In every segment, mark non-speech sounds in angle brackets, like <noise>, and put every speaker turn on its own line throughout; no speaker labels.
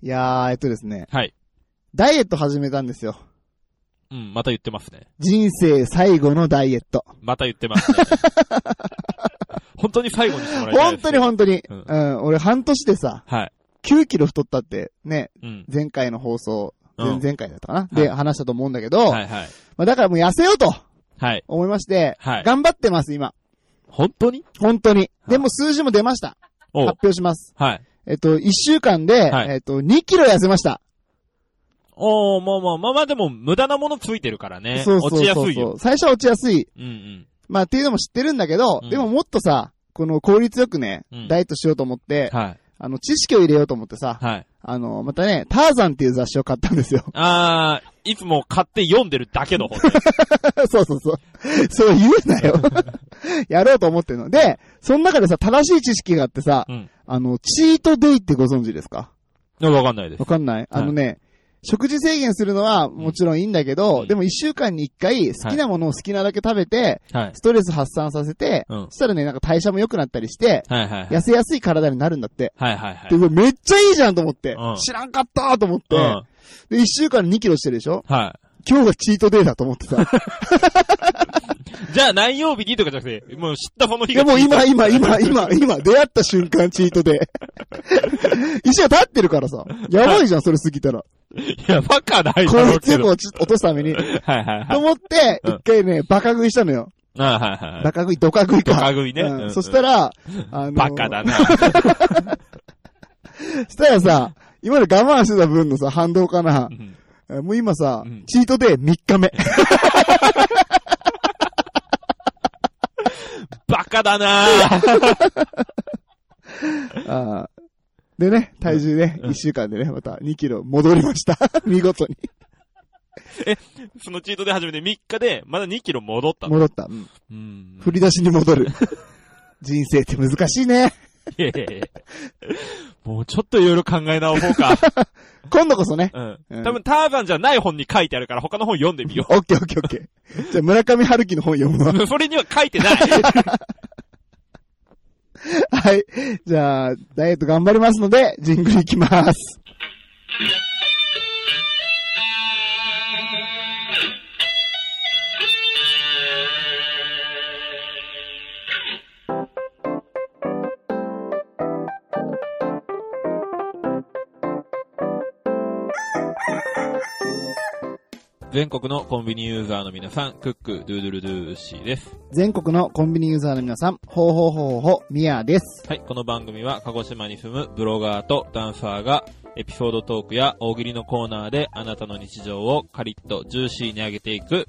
いやー、えっとですね。
はい。
ダイエット始めたんですよ。
うん、また言ってますね。
人生最後のダイエット。
また言って
<laughs>
ますね。本当に最後にしてもらいたい
本
です
当に本当に。う
う
んん、俺半年でさ、
はい。
9キロ太ったって、ね、
うん。
前回の放送、
う
前
ん
前回だったかな、
はい
で、話したと思うんだけど、
はいはい。
まあ、だからもう痩せようと
はい。
思いまして、
はい
頑張ってます、今。
本当に
本当に。でも数字も出ました。
お
発
う
表します。
はい。
えっと、1週間で、
はい
えっと、2キロ痩せました。
おー、まあまあまあまあでも無駄なものついてるからね。
そうそうそうそう。
落ちやすいよ。
最初は落ちやすい。
うん
まあ、っていうのも知ってるんだけど、
うん
でももっとさ、この効率よくね、
うん
ダイエットしようと思っ
うん。
て、
はい。
あの、知識を入れようと思ってさ、
はい。
あの、またね、ターザンっていう雑誌を買ったんですよ。 <laughs>
あー、いつも買って読んでるだけの本ね。
<laughs> そうそうそう。そう言うなよ。 <laughs> やろうと思ってるの。で、その中でさ、正しい知識があってさ、
うん
あの、チートデイってご存知ですか
でもわかんないです
わ。かんないあのね、食事制限するのはもちろんいいんだけど、
うん
でも一週間に一回好きなものを好きなだけ食べて、
はい。
ストレス発散させて、
うん
そしたらね、なんか代謝も良くなったりして、
はいはいはい。
痩せやすい体になるんだって。
はいはいはい
で、。うわめっちゃいいじゃんと思って、
うん
知らんかったと思って、
うん。
で、一週間に2キロしてるでしょ
は
今日がチートデイだと思って
<laughs>
さ。
い。じゃあ何曜日にとかじゃなくて、もう知ったその日
い
が。
やもう今、今、今、今、今、出会った瞬間、チートで。 <laughs> 石が立ってるからさ。やばいじゃん、それ過ぎたら。
いや、バカない
効
だろう
率
け
よく
ど。はい
落ち落とすために。
はいはい。
と思って、
うん
一回ね、バカ食いしたのよ。
あはいはいは
バカ食い、ドカ食い
い。ド
か。
カ食いね。
うん
うん
そした、ら、あのー、
バカだ <laughs> な。
そしたらさ、今まで我慢してた分のさ、反動かな
う。ん
えもう今さ
うん、
チートで3日
<laughs>
目。
バカだな
あーでね、体重ね、
うん
1週間でね、また2キロ戻りました。 <laughs> 見事に。
そのチートで始めて3日で、まだ2キロ戻ったの。
戻った。うん
うん。
振り出しに戻 <laughs> る。人生って難しいね。
いやいやいやもうちょっといろいろ考え直そうか。
今度こそね。
<laughs> うん
う。ん
多分ターザンじゃない本に書いてあるから他の本読んでみよ
オッケーオッケーオッケー。じゃあ村上春樹の本読 <laughs> むわ。
う。それには書いてない。
はい。じゃあ、ダイエット頑張りますので、ジングルいきます。
<laughs> 全国のコンビニユーザーの皆さん、クック、ドゥードゥルドゥーシーです。
全国のコンビニユーザーの皆さん、ほうほうほうほうほう、ミアです。
はい、この番組は鹿児島に住むブロガーとダンサーがエピソードトークや大喜利のコーナーであなたの日常をカリッとジューシーに上げていく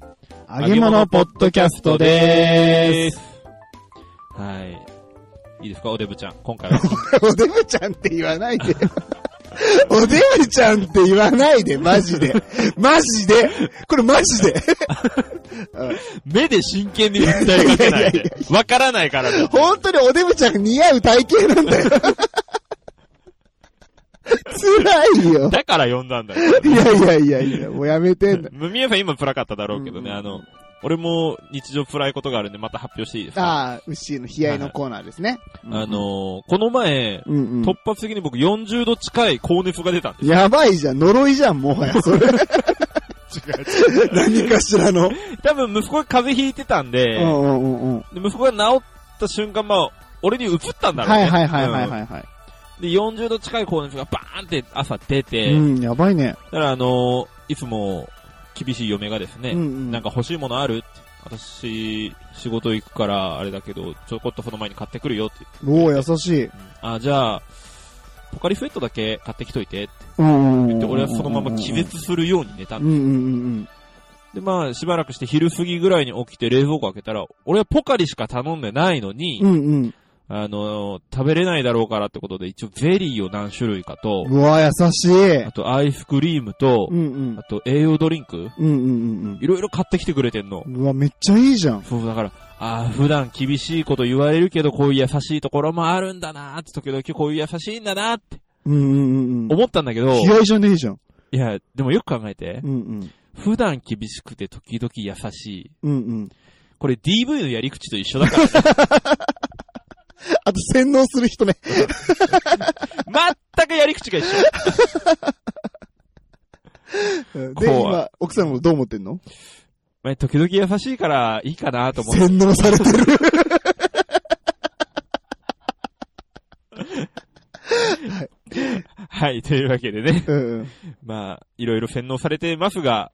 揚げ物ポッドキャストでーす。
す。はい。いいですかおデブちゃん。今回は。
<laughs> おデブちゃんって言わない <laughs> でよ。おデブちゃんって言わないで、マジで。マジで。これマジで。
<laughs> 目で真剣に訴えかけないで。わからないからね。
本当におデブちゃん似合う体型なんだよ。 <laughs> 辛いよ。
<laughs> だから呼んだんだよ。
いやいやいやいや、もうやめてんだ。
むみやさん今辛かっただろうけどね、
うん
あの、俺も日常辛いことがあるんでまた発表していいですかあ
ああ、ウッシーの悲哀のコーナーですね。
のー、この前、
うんうん、
突発的に僕40度近い高熱が出たんです
やばいじゃん、呪いじゃん、もはや、それ。
<laughs>
何かしらの。うん
多分息子が風邪ひいてたんで、
うんうんうん。
で息子が治った瞬間、まあ、俺に移ったんだろう
は
ね。
いはいはいはいは
うん
いはい。
で、40度近い高熱がバーンって朝出て、
うん、やばいね。
だからあのーいつも厳しい嫁がですね、
うんうん
なんか欲しいものあるって。私、仕事行くから、あれだけど、ちょこっとその前に買ってくるよって言って。
おお優しい。
あ、じゃあ、ポカリスエットだけ買ってきといてって
うんうんう
言
んう
って、
ん。
俺はそのまま気絶するように寝た
う
の
んうんうん
で、まあ、しばらくして昼過ぎぐらいに起きて冷蔵庫開けたら、俺はポカリしか頼んでないのに、
うん。うんうん。
あの、食べれないだろうからってことで、一応ゼリーを何種類かと、
うわ、優しい
あ。とアイスクリームと
う、んうん
あ。と栄養ドリンク、
うんうん
いろいろ買ってきてくれてんの
う。ん。うわ、めっちゃいいじゃん。
そう、だから、ああ、普段厳しいこと言われるけど、こういう優しいところもあるんだなーって、時々こういう優しいんだなーって
うんうんうんうん。
思ったんだけど、
気合じゃねえじゃん。
いや、でもよく考えて
う、んうん。
普段厳しくて時々優しい。
うんうん。
これ DV のやり口と一緒だから、
あと洗脳する人ね。
<laughs> 全くやり口が一緒。
うん
こ
で、
う
今、奥さんもどう思ってんの
まあ、時々優しいからいいかなと思って。
洗脳されてる。
はい、というわけでね。
<laughs> うん。
まあ、いろいろ洗脳されてますが、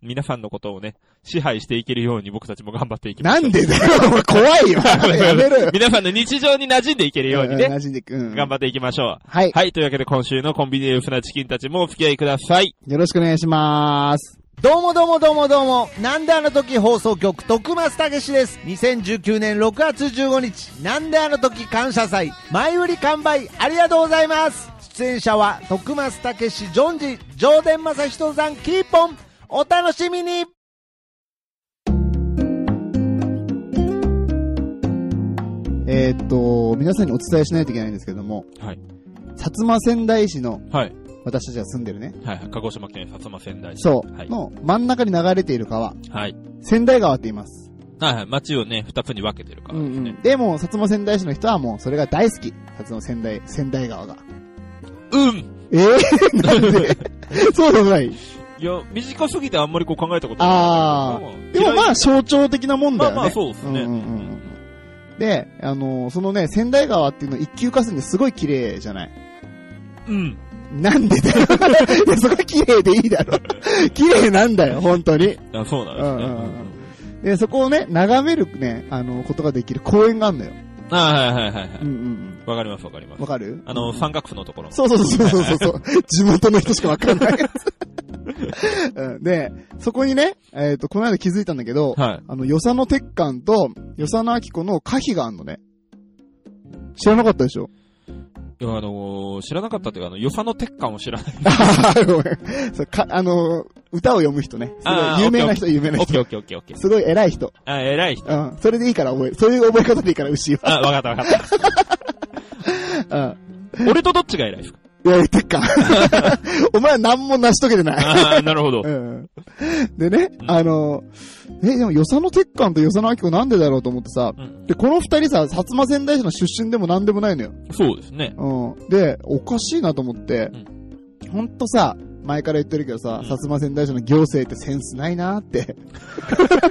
皆さんのことをね、支配していけるように僕たちも頑張っていきま
な
しょ
ん
う。
でだよ、お前怖いよ。 <laughs> やめ
<laughs>
ろよ。
皆さんの日常に馴染んでいけるようにね、
馴染んでいく。うん
頑張っていきましょう。
はい。
はい、というわけで今週のコンビニエルフなチキンたちもお付き合いください。
よろしくお願いします。
どうもどうもどうもどうも、なんであの時放送局、徳松たけしです。2019年6月15日、なんであの時感謝祭、前売り完売、ありがとうございます。出演者は、徳松たけし、ジョンジ、上田正人さん、キーポン、お楽しみに
えーっと、皆さんにお伝えしないといけないんですけども、
はい。
薩摩仙台市の、
はい。
私たちが住んでるね。
はい。鹿児島県薩摩仙台市。
そう。
はい。
の真ん中に流れている川、
はい。
仙台川って言います。
はいはい。町をね、二つに分けてるから
う
で
ん
す
う
ね
ん。。でも、薩摩仙台市の人はもうそれが大好き。薩摩仙台、仙台川が。
うん、
えー、なんで <laughs> そうでもない。
いや、短すぎてあんまりこう考えたことない。
あ
ー
でもまあ象徴的なもんだよ
まあ
ね。
まあ、そうですね。
うんうんうんうんで、あのーそのね、仙台川っていうのは一級河川ですごい綺麗じゃない
うん。
なんでだよ。 <laughs> いやそこは綺麗でいいだ <laughs> ろ。綺麗なんだよ、本当に。
あそうなんですね。
うんうんうんで、そこをね、眺めるね、あの、ことができる公園があるのよ。
あーはいはいはいは
うん
い。
うんうん。
わかりますわかります
わ。かる
あの、三角区のところ。
そうそうそうそうそうそう。地元の人しかわかんない <laughs> やつうんで、そこにね、えっ、と、この間気づいたんだけど、
はい。
あの、与謝野鉄管と、与謝野明子の歌碑があんのね。知らなかったでし
<laughs>
ょ
いや、あのー知らなかったっていうか、あの、与謝野鉄管を知らない。
あーごめん。それか、あのー歌を読む人ね。すご
あー
い有名な人、有名な
<laughs> オッケ
人。
ーオッケーオッケーオッケー。
すごい偉い人。
あ、偉い人。
うん。それでいいから覚える。そういう覚え方でいいから、牛は。
あ、わかったわかった。
うん。
俺とどっちが偉いですか
いや、鉄管。 <laughs> お前は何も成し遂げてない。
ああ、なるほど。
うん。でね
う、ん
あのー、え、でも、与謝野鉄管と与謝野明子なんでだろうと思ってさ、
うん
で、この二人さ、薩摩仙台市の出身でも何でもないのよ。
そうですね。
うん。で、おかしいなと思って、ほんとさ、前から言ってるけどさ、
うん
薩摩仙台市の行政ってセンスないなーって。 <laughs>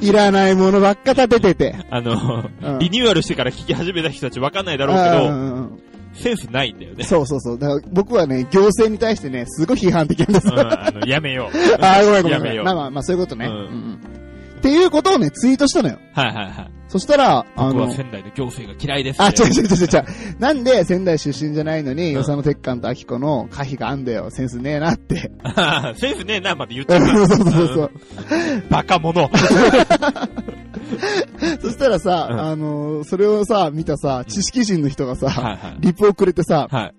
いらないものばっか立ててて。
あの、
うん
リニューアルしてから聞き始めた人たちわかんないだろ
う
うん
うんうん
けど、センスないんだよね。
そうそうそう。だから僕はね、行政に対してね、すごい批判的なんです
う。ん、あの、やめよう。
あー、ごめんごめん
や
ご
め
め
よ
ん。
う
まあまあまあ、そういうことね。
う
うんんうんっていうことをね、ツイートしたのよ。
はいはいはい。
そしたら、あ
僕は
の、
仙台の行政が嫌いです。
あ、違う違う違う違う。なんで仙台出身じゃないのに、
うん
与謝野鉄管と明子の可否があんだよ。センスねえなって。
う。 <laughs> センスねえな、まで言っち
そ
ゃ
う <laughs> そう
う。
そうそう。
バ
<laughs>
カ者。
そしたらさ、
うん
あのーそれをさ、見たさ、知識人の人がさ、
はいはい。
リプをくれてさ、
は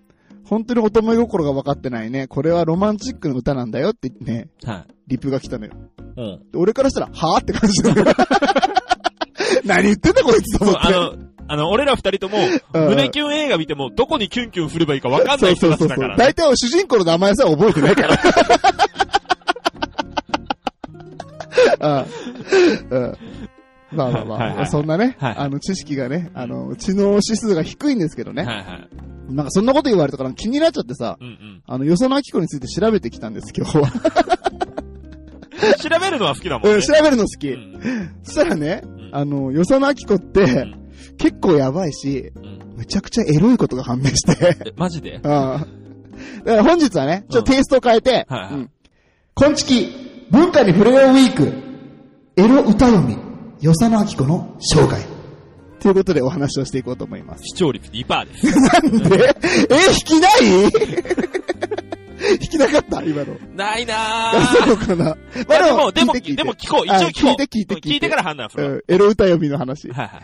本当に乙女心が分かってないね。これはロマンチックの歌なんだよって言ってね、
い。はい。
リプが来たのよ。
うん。
で俺からしたら、はぁって感じだ
<laughs>
よ。何言ってんだこいつと思
そう
っ
あ
て。
の、あの、俺ら二人とも、
うん
胸キュン映画見ても、どこにキュンキュン振ればいいかわかんな
そ
いう
そ
人
う
た
そ
ち
う
だ
そ
か
う。
らね。
大体主人公の名前さ、覚えてないから。 <laughs> うん。うん。まあまあまあ、
はいはいはい
そんなね、
はい
あの、知識がね、あの、知能指数が低いんですけどね。
はいはい。
なんかそんなこと言われたから気になっちゃってさ、
うんうん。
あの、与謝野明子について調べてきたん
<laughs>
です、今日は。
調べるのは好きだもん
う
ね。
ん、調べるの好き。
うん
そしたらね
ん、
あの、与謝野明子って、
ん
結構やばいし、
うん
むちゃくちゃエロいことが判明して、 <laughs>
えマジで
うん。だから本日はね、ちょっとテイストを変えて、
はいはい
うん。こんちき、文化に触れようウィーク、エロ歌読み、与謝野明子の生涯。ということでお話をしていこうと思います。
視聴率2%です。
なん
<laughs>
でえ、弾きない <laughs> 弾きなかった今の。
ないな
あ、そ <laughs>
ぁ。
うかな。
いやでも、でも、
聞いて
でも聞こう。一
あ
応聞
聞
こう。
いて聞いて
聞いてから判断するわ。
うんエロ歌読みの話。
はいはい。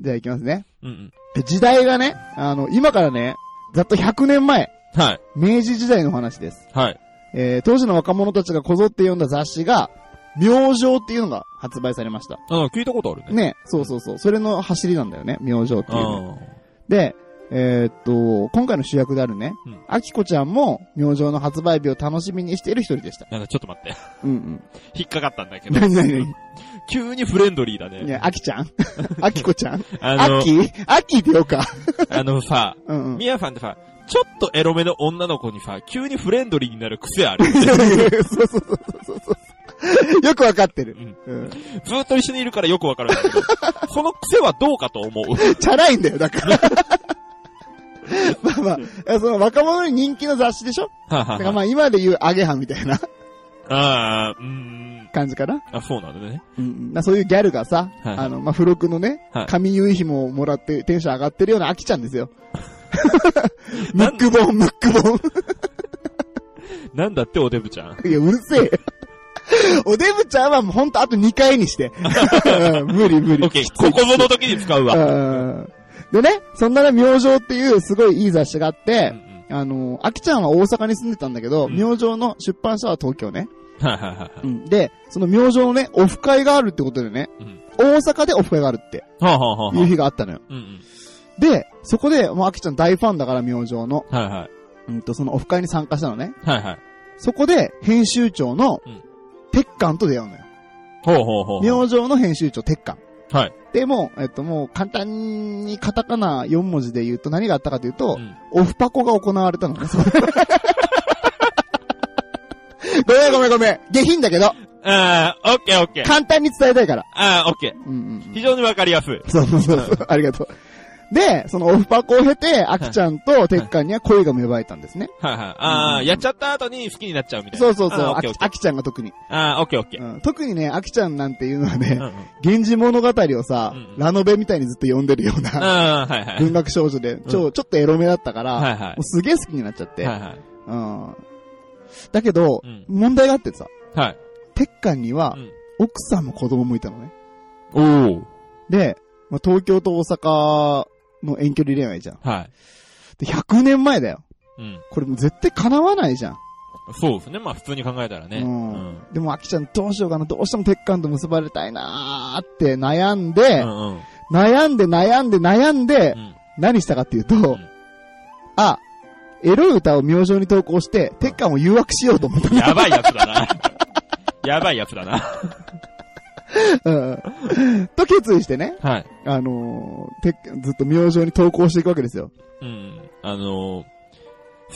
じゃあいきますね。
うん
時代がね、あの、今からね、ざっと100年前、
うん。はい。
明治時代の話です。
はい。
えー当時の若者たちがこぞって読んだ雑誌が、明星っていうのが発売されました。
あ聞いたことあるね。
ね、そうそうそう。それの走りなんだよね、明星っていうの。
あ
で、えーっと、今回の主役であるね
うん、
あきこちゃんも明星の発売日を楽しみにしている一人でした。
ーなんかちょっと待って。 <laughs>
うん
引っかかったんだけ
うん。
ど。
何何
<laughs> 急にフレンドリーだ
何
ね。
ね、あきちゃん <laughs> あきこちゃん
あ
あ
の、
きあきって言おうか。
あのさ、
うんうん。
ミヤさんってさ、ちょっとエロめの女の子にさ、急にフレンドリーになる癖ある。
<laughs> そうそうそうそうそう。よくわかってる。うん。
ずーっと一緒にいるからよくわかるんだけど、その癖はどうかと思う。 <laughs>
チャラいんだよ、だから。まあまあえ、その若者に人気の雑誌でしょ
はは
だからまあ今で言うアゲハみたいな <laughs>
ああ、うーん。
感じかな。
あ、そうなんだね。
うんうん。まあそういうギャルがさ、
はい
あの、まあ付録のね、
はい
紙結紐をもらってテンション上がってるようなアキちゃんです <laughs> よ。ムックボン、ムックボン。
なんだっておデブちゃん。
<laughs> いや、うるせえよ。 <laughs> おデブちゃんはもうほんとあと2回に <laughs> して。うん無理無
オ
理。
ッケー、ここぞの時に使うわ。
うんでね、そんなね、明星っていうすごいいい雑誌があって
う、ん
あの、アキちゃんは大阪に住んでたんだけど、
うん
明星の出版社は東京ね。
うんはいはいはいはい。
うん。で、その明星のね、オフ会があるってことでね、
うん
大阪でオフ会があるって
はあはあはあ
いう
は
日があったのよ。
あ。うんうん。
で、そこで、もうアキちゃん大ファンだから明星の、
はいはい。
うんと、そのオフ会に参加したのね。
はいはい。
そこで、編集長の
うん、
鉄管と出会うのよ。
ほうほうほう
明
ほう。
星の編集長、鉄管。
はい。
で、もう、えっと、もう、簡単にカタカナ4文字で言うと何があったかというと、
うん
オフパコが行われたのね。 <laughs> それごめんごめんごめん。下品だけど、
ああ、オッケーオッケー。
簡単に伝えたいから。
ああ、オッケー。
うんうん。
非常にわかりやすい。
そうそうそうそう。ありがとう。で、そのオフパコを経て、アキちゃんと鉄管には恋が芽生えたんですね。
はいはい。ああ、
うん
やっちゃった後に好きになっちゃうみたいな。
そうそうそう。
ああオ
あ
ッケ
き
ーオッケー。
アキちゃんが特に。
ああ、オッケーオッケー。
うん特にね、アキちゃんなんていうのは
うんう
ね、
ん
源氏物語をさ
うん、
ラノベみたいにずっと読んでるような
ああ、はいはい。
文学少女で、ちょ、ちょっとエロめだったから、
はいは
もうすげえ好きになっちゃっ
い。
て。
はいはい。
うん。だけど、
うん
問題があってさ、
はい。
鉄管には、
うん
奥さんも子供もいたのね。
おお。
で、まあ、東京と大阪の遠距離恋愛じゃん。
はい。
で、100年前だよ。
うん。
これもう絶対叶わないじゃん。
そうですね。まあ普通に考えたらね。
うん
うん。
でも、アキちゃんどうしようかな、どうしても鉄管と結ばれたいなーって悩んで、
うんうん。
悩んで悩んで悩んで、
うん
何したかっていうと、
ん
あ、エロい歌を明星に投稿して、鉄管を誘惑しようと思った
やばいやつ
<laughs>
だな。やばいやつだな。
うんと決意してね、
はい。
あのー、てずっと明星に投稿していくわけですよ。
うん。あのー好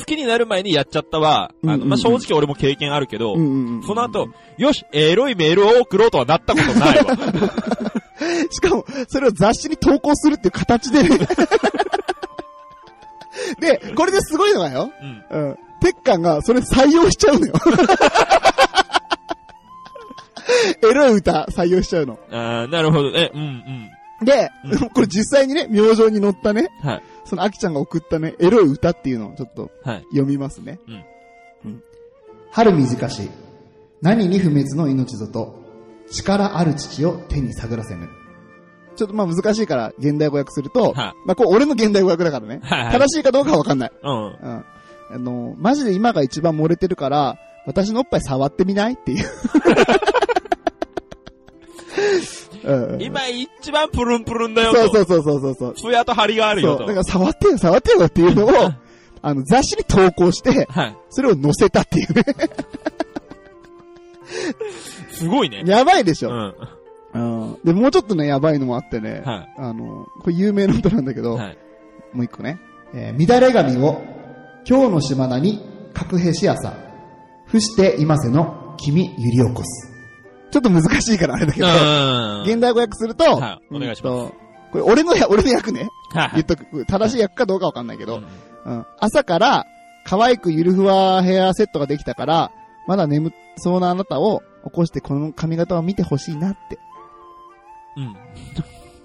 きになる前にやっちゃったは、あ
うんうん
の、
うん
まあ、正直俺も経験あるけど、
うんうんうん
その後、よし、エロいメールを送ろうとはなったことないわ。
<laughs> しかも、それを雑誌に投稿するっていう形でね。 <laughs> で、これですごいのがよ。
うん。
うん。鉄管がそれ採用しちゃうの <laughs> よ。エロい歌採用しちゃうの。
あーなるほど。え、うん、うん。
で、
うん
これ実際にね、明星に載ったね、
はい。
そのアキちゃんが送ったね、エロい歌っていうのをちょっと
はい。
読みますね。
うん
うん。春短し、何に不滅の命ぞと、力ある父を手に探らせぬ。ちょっとまあ難しいから現代語訳すると、
はい
まあこれ俺の現代語訳だからね。
はいはい
正しいかどうかはわかんない。
うん。
うん。あの、マジで今が一番漏れてるから、私のおっぱい触ってみない
<laughs>
っていう。うん、
今一番プルンプルンだよと。
そうそうそうそうそうそう。
そう。艶と張りがある
そ
よ
う。だ
と。
から触ってよ、触ってよって
<laughs>
いうのを、あの、雑誌に投稿して、
はい。
それを載せたっていうね。
すごいね。
<laughs> やばいでし
う
ょ。
ん。は
うん。で、もうちょっとね、やばいのもあってね。
い。
あの、これ有名な歌なんだけど、
はい。
もう一個ね。えー乱れ髪を、今日の島名に、隔閉し朝、伏して今せの、君揺り起こす。ちょっと難しいからあれだけど、
うん。
現代語訳すると、
はいお願いします
うんとこれ俺のや、俺の役ね。
はいは
言っ
い。
とく。正しい役かどうかわかんないけ
う
ど、
ん
うん、朝から可愛くゆるふわヘアセットができたから、まだ眠そうなあなたを起こしてこの髪型を見てほしいなって。
うん。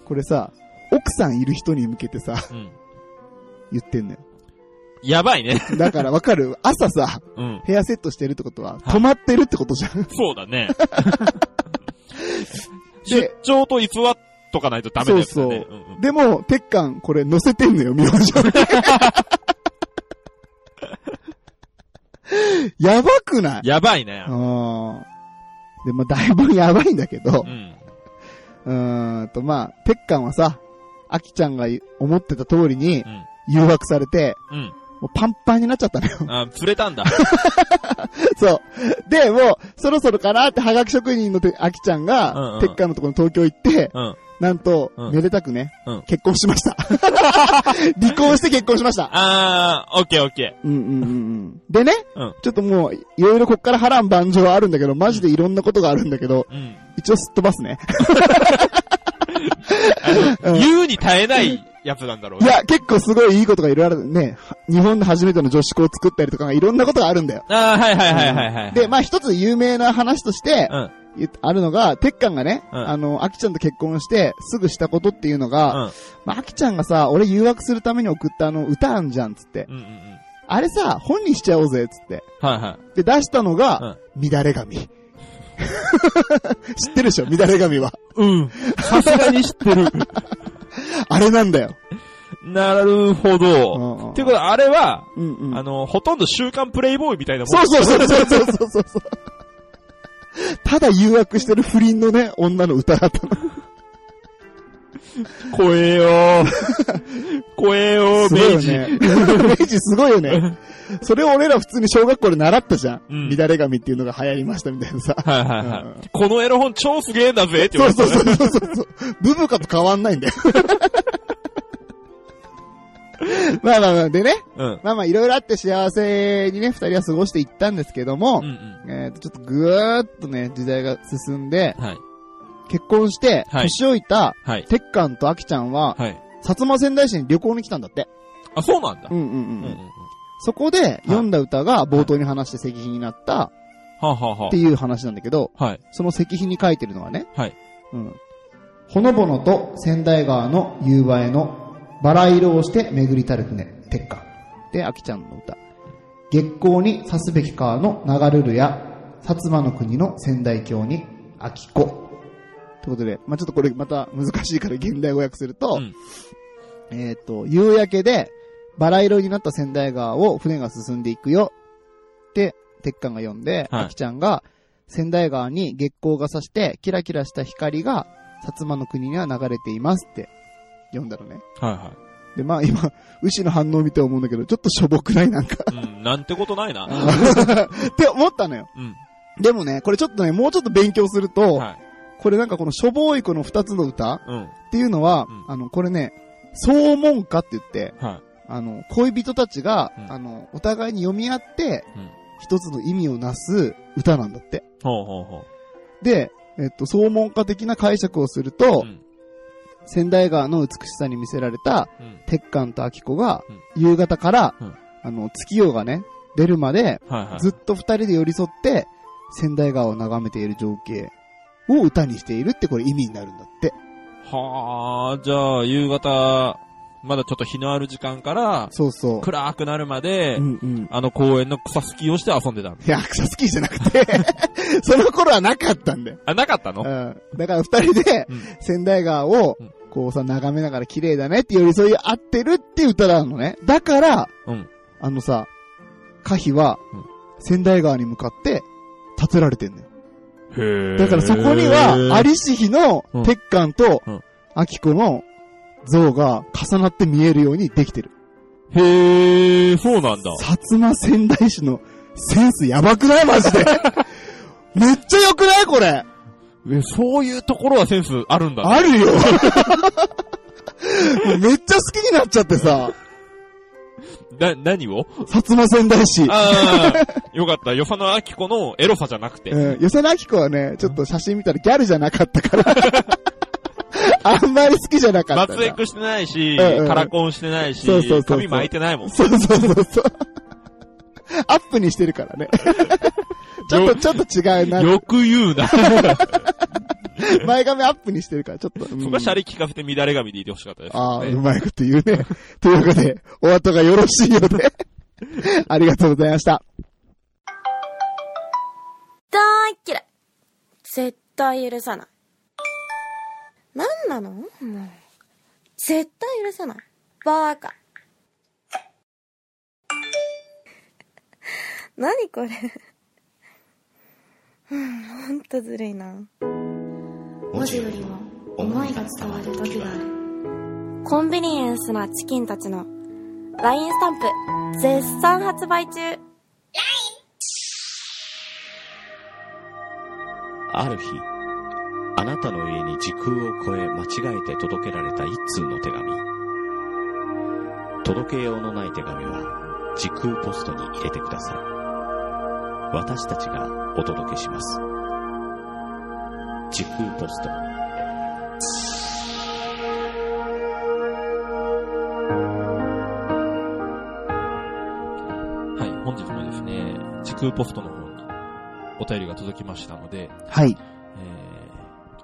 これさ、奥さんいる人に向けてさ、 <laughs>
うん。
言ってんのよ。
やば
<laughs>
いね。
だからわかる朝さ、
うん。
ヘアセットしてるってことは、止まってるってことじゃん。
そう
<laughs>
だね。出
で
張と偽っとかないとダメなやつだね。
そううん
うん
でも、鉄管これ乗せてんのよ、明星。 <laughs> やばくない
<laughs> やばいね
う。ん。で、まあ、だいぶやばいんだけど
う、ん。
うーんと、まあ、鉄管はさ、アキちゃんが思ってた通りに
うん。
誘惑されて、
うん。
もうパンパンになっちゃったのよ。
あ、釣
<laughs>
れたんだ。
そう。で、もう、そろそろかなって、はがき職人のて、あきちゃん
うんう
が、
ん
鉄管のところに東京行って、
うん。
なんと、
うん
めでたくね、
うん
結婚しました。 <laughs> 離婚して結婚しました。
あー、オッケーオッケ
うんうんうんうん。でね、
うん
ちょっともう、いろいろこっから波乱万丈あるんだけど、マジでいろんなことがあるんだけど、
ー。うん。
一応すっ飛ばすね。
あの言うに耐えないやつなんだろう
い
ね。
や、結構すごいいいことがいろいろある。ね、は日本で初めての女子校を作ったりとか、いろんなことがあるんだよ。
あー、はいはいはいはいはい。
で、まあ一つ有名な話として、
うん、
いあるのが、てっかんがね、
うん
あの、あきちゃんと結婚して、すぐしたことっていうのが、
うん、
まあ、あきちゃんがさ、俺誘惑するために送ったあの歌あんじゃん、つって。
うん、うんうん。
あれさ、本にしちゃおうぜ、つって。
はいはい。
で、出したのが、乱れ髪。 <laughs> 知ってるでしょ、乱れ髪は。
うん。さすがに
<laughs>
知ってる。
あれなんだよ。
なるほど。
うんうん
っていうことは、あれは、
うんうん
あの、ほとんど週刊プレイボーイみたいなもん。
そうそうそうそうそうそうそうただ誘惑してる不倫のね、女の歌だったの。
怖えよ
<laughs>
ー。怖えよー、
すごい
明
よ
治。
ね。
<laughs>
明治すごいよね。それを俺ら普通に小学校で習ったじゃん。
うん
乱れ髪っていうのが流行りましたみたいなさ。
<laughs> はいはい
うん
はい。このエロ本超すげえんだぜって言
そ
わ
う
れて
そ
た
うそうそ
ね。
うそう。ブブカと変わんないんだよ。 <laughs> まあまあまあ、でね。
うん。
まあまあ、いろいろあって幸せにね、二人は過ごしていったんですけども、
うんうん。
えっ、と、ちょっとぐーっとね、時代が進んで、
はい。
結婚して、
はい
年老いた、
はい。
てっかんとあきちゃんは、
はい。
薩摩仙台市に旅行に来たんだって。
あ、そうなんだ
う。んうん
う
う。
んうんんうん。は
そこで、読んだ歌が冒頭に話して石碑になった
あはあは
っていう話なんだけど、
あ。はい。
その石碑に書いてるのはね、
はい。
うん。ほのぼのと仙台川の夕映えのバラ色をして巡りたる船、鉄火。で、秋ちゃんの歌。月光に刺すべき川の流るるや、薩摩の国の仙台峡に秋子。ということで、まあちょっとこれまた難しいから現代語訳すると、
うん
えっ、と、夕焼けでバラ色になった仙台川を船が進んでいくよって、鉄管が読んで、
はい
秋ちゃんが仙台川に月光が差して、キラキラした光が薩摩の国には流れていますって読んだのね。
はいは
で、まあ今、牛の反応を見て思うんだけど、ちょっとしょぼくないなんか <laughs>
い。うん、なんてことないな。
って思ったのよ。
うん。
でもね、これちょっとね、もうちょっと勉強すると、
はい。
これなんかこのしょぼいこの二つの歌
うん。
っていうのは、
うん
あの、これね、総門歌って言って、
はい。
あの、恋人たちが、
うん
あの、お互いに読み合って、
うん
一つの意味をなす歌なんだって。
ほうほうほ
で、えっと、総門歌的な解釈をすると、
う。うん。
仙台川の美しさに魅せられた、
うん。
鉄管と秋子が、夕方から、
うん
あの、月夜がね、出るまで、
はいはい。
<laughs> ずっと二人で寄り添って、仙台川を眺めている情景を歌にしているってこれ意味になるんだって。
はあ、じゃあ、夕方、まだちょっと日のある時間から、
そうそう。
暗くなるまで
う、んうん。
あの公園の草すきをして遊んでたの。
いや、草スキーじゃなくて、 <laughs> その頃はなかったんだよ。
あ、なかった
うん。
の
だから二人で
うん、
仙台川を
うん、
こうさ、眺めながら綺麗だねって寄り添い合ってるって歌なのね。だから、
うん
あのさ、歌碑は
うん、
仙台川に向かって、建てられてんのよ
へえ。
だからそこには、あ
り、
りし日の
うん
鉄管と
うん、
あきこの像が重なって見えるようにできてる。
へえ、そうなんだ。
薩摩仙台市のセンスやばくないマ
<laughs>
ジで。めっちゃ良くないこれ。
えそういうところはセンスあるんだね。
あるよ。もうめっちゃ好きになっちゃってさ、
な、何を
薩摩仙台市。
ああ、よかった。よさのあきこのエロさじゃなくて。
うん、よさなあきこはね、ちょっと写真見たらギャルじゃなかった
<laughs>
から。あんまり好きじゃなかったな。
松エクしてないし、
うんうん
カラコンしてないし
そうそうそう、そう
髪巻いてない
<laughs>
もん。
そうそうそうそう。アップにしてるからね。ちょっと、ちょっと違うな。
よく言うな。
前髪アップにしてるから、ちょっと。うん
そこはシャレ聞かせて乱れ髪でいてほしかったです、
ああ、うまいこと言うね。というわけで、お後がよろしいようで。 <laughs> ありがとうございました。
大っ嫌い絶対許さない何なのもう絶対許さないバーカ <laughs> 何これうんほんとずるいな
文字よりも思いが伝わる時がある
コンビニエンスなチキンたちの LINE スタンプ絶賛発売中
ある日、あなたの家に時空を超え間違えて届けられた一通の手紙。届けようのない手紙は時空ポストに入れてください。私たちがお届けします。時空ポスト。
はい、本日もですね、時空ポストの方にお便りが届きましたので、
はい。
えー、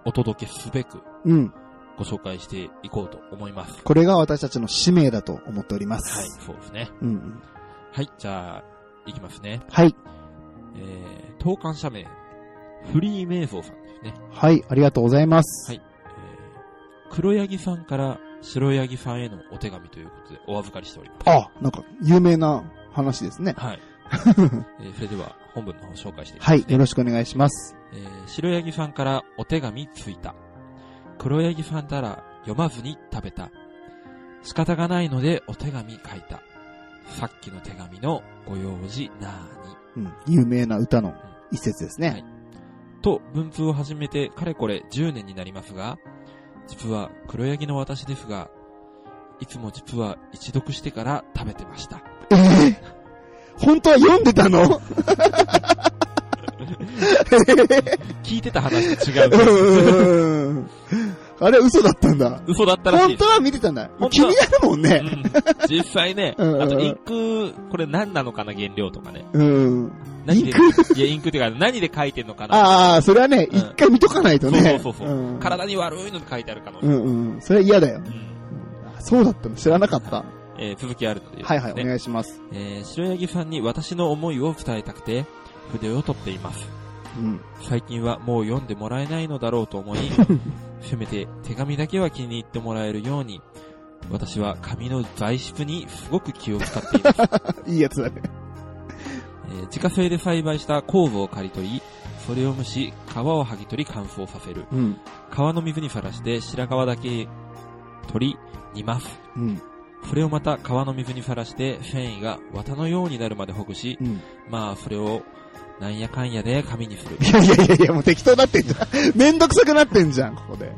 お届けすべく
うん。
ご紹介していこうと思います。
これが私たちの使命だと思っておりま
はい
す。、
そうですね。
はい。うん。
はい、じゃあ、いきますね。
はい。
えー、投函者名、フリーメイソーさんですね。
はい。ありがとうございます。
はいえー、黒ヤギさんから白ヤギさんへのお手紙ということでお預かりしております。
あ、なんか、有名な話ですね。 <laughs>
はい。えーそれでは本文の方を紹介していき
は
ます、
い
ね。。
よろしくお願いします。
えー白ヤギさんからお手紙ついた。黒ヤギさんなら読まずに食べた。仕方がないのでお手紙書いた。さっきの手紙のご用事なー
う
に。
ん。有名な歌の一節です
はい
ね。
と、文通を始めてかれこれ10年になりますが、実は黒ヤギの私ですが、いつも実は一読してから食べてました。
えー本当は読んでたの <laughs>
聞いてた話と違
うー
う。
んあれ嘘だったんだ。
嘘だったらし
本
い
当。は見てたんだ
本。
気
当は
になるもん
う
ね。
ん実際ね、
うんうんうん
あとインク、これ何なのかな、原料とかね。
うん。
何で、
イ
いや、インクっていうか、何で書いてんのかな。
ああ、それはね、
うん
一回見とかないとね。
そうそうそうそ
ん
体に悪いのって書いてあるかの。
うんうん。それ嫌だよ。あそうだったの知らなかった。
えー続きあるので、
はいはい、お
ね
願いします。
えー白柳さんに私の思いを伝えたくて、筆を取っています。
うん。 <laughs>
最近はもう読んでもらえないのだろうと思い、せめて手紙だけは気に入ってもらえるように、私は紙の材質にすごく気を使っています。
いいやつだね。
えー自家製で栽培した酵母を刈り取り、それを蒸し、皮を剥ぎ取り乾燥させる。
うん。
皮の水にさらして白皮だけ取り、煮ます。
うん。
それをまた皮の水にさらして繊維が綿のようになるまでほぐし、
うん。
まあそれをなんやかんやで紙にする。
いやいやいやいや、もう適当になってんじゃん。 <laughs> めんどくさくなってんじゃん、ここで。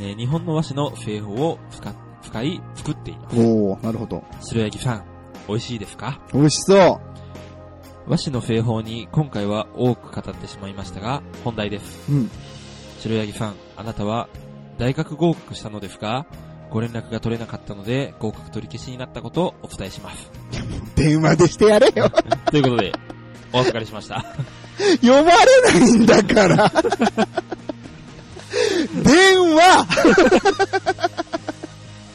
えー日本の和紙の製法を使っ使い作っています。
おー、なるほど。
白焼きさん、美味しいですか
美味しそう。
和紙の製法に今回は多く語ってしまいましたが、本題です。
うん。
白柳さん、あなたは大学合格したのですが、ご連絡が取れなかったので、合格取り消しになったことをお伝えします。
電話でしてやれよ。 <laughs>
ということで、お預かりしました。
呼ばれないんだから。電話
<laughs>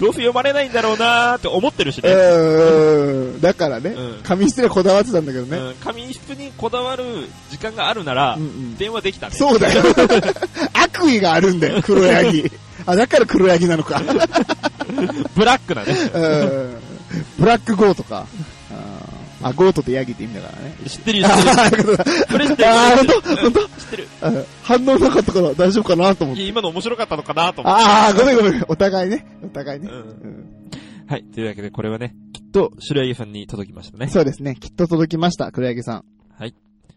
どうせ読まれないんだろうなーって思ってるし
う
ね。
ーん。だからね
うん、
紙質にはこだわってたんだけどね。
うん、紙質にこだわる時間があるなら、
うんうん
電話できたね。
そうだよ。 <laughs> 悪意があるんだよ、黒ヤギ。あ、だから黒ヤギなのか。
ブラックだね。
うんブラックゴートか。あーあ、ゴートってヤギって意味だから
<laughs>
ね。
<laughs> 知ってるよ、知って
あーそういうこと
る。
だ
それ知ってる。 <laughs>
あー
それ
ほ
知っ
んとほ
てる
んと
うん知ってる。
うん反応なかったから大丈夫かなと思っ
い
て。
や、今の面白かったのかなと思って。
ああ、ごめんごめん。お互いね。お互いね。
う
うんん
はい、というわけでこれはね、きっと白柳さんに届きましたね。
そうですね。きっと届きました、黒ヤギさん。
はい。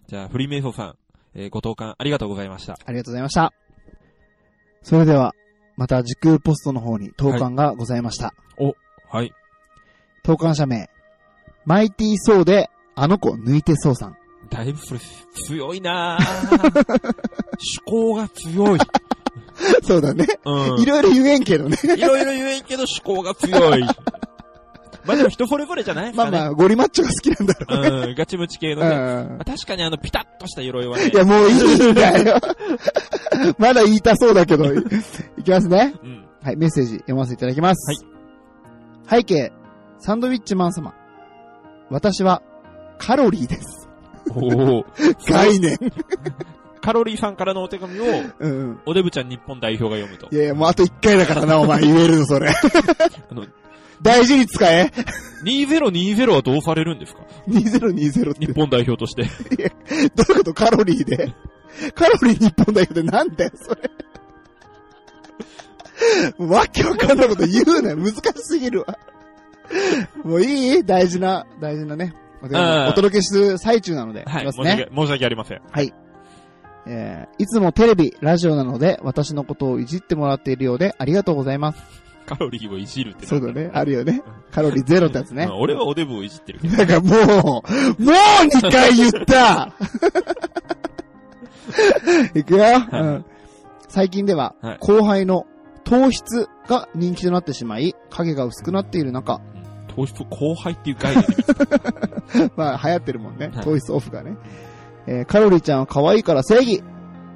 じゃあ、フリーメイソーさん、えーご投函ありがとうございました。
ありがとうございました。それでは、また時空ポストの方に投函がございました。
はい。
投函者名。マイティーソーで、あの子抜いてそうさん。
だいぶそれ、強いな <laughs> ぁ。思考が <laughs> 強い。
<laughs> そうだね。
うん。
いろいろ言えんけどね。
いろいろ言えんけど思考が強い。 <laughs> まあでも人それぞれじゃないです
まあ
かね。
まあ、ゴリマッチョが好きなんだろうね。
うん、ガチムチ系のね。
うん
まあ、確かにあの、ピタッとした鎧はね
い。や、もういいんだ <laughs> よ。まだ言いたそうだけど、いきますね。
うん。
はい、メッセージ読ませていただきます。はい。背景、サンドウィッチマン様。私は、カロリーです。
おお。
概念。
カロリーさんからのお手紙を、
うん。
おでぶちゃん日本代表が読むと
い。やいや、もうあと一回だからな、お前言えるの、そ <laughs> れ
あの。
大事に使 <laughs> え。
2020はどうされるんですか
2020って
日。本代表と <laughs> して。
どういうことカロリーで。カロリー日本代表でなんだよ、それ。わけわかんないこと言うなよ。難しすぎるわ。もういい大事な、大事なね。お手
うん
紙お届けする最中なので。
はい。
きます
申し訳
ね。
申し訳ありません。
はい。えーいつもテレビ、ラジオなので、私のことをいじってもらっているようで、ありがとうございます。
カロリーをいじるって
そうだね。あるよね。カロリーゼロってやつね
まあ。俺はおデブをいじってるけど。
だからもう、もう2回言った
<laughs>
いくよ、うん。最近では
はい、
後輩の糖質が人気となってしまい、影が薄くなっている中、 <laughs>
うん糖質後輩っていう概念で見て
まあ流行ってるもんね
は。い
糖質オフがね。えーカロリーちゃんは可愛いから正義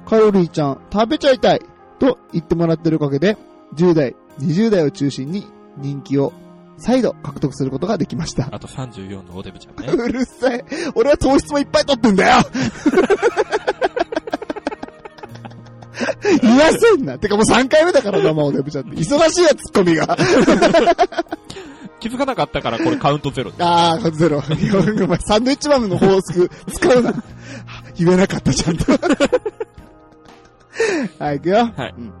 カロリーちゃん食べちゃいたいと言ってもらってるおかげで、10代、20代を中心に人気を再度獲得することができました。
<laughs> あと34のおデブちゃんね。
うるさい。俺は糖質もいっぱい取ってん
<laughs>
だよ言わせんな。てかもう3回目だから生をデブちゃんって。忙しいや、ツッコミが。
気づかなかったからこれカウントゼ
<laughs>
ロです。
あー、カズゼロ。いやお前サンドイッチマンの法則使うな。言えなかった、ちゃんと。はい、いくよ。
はい
うん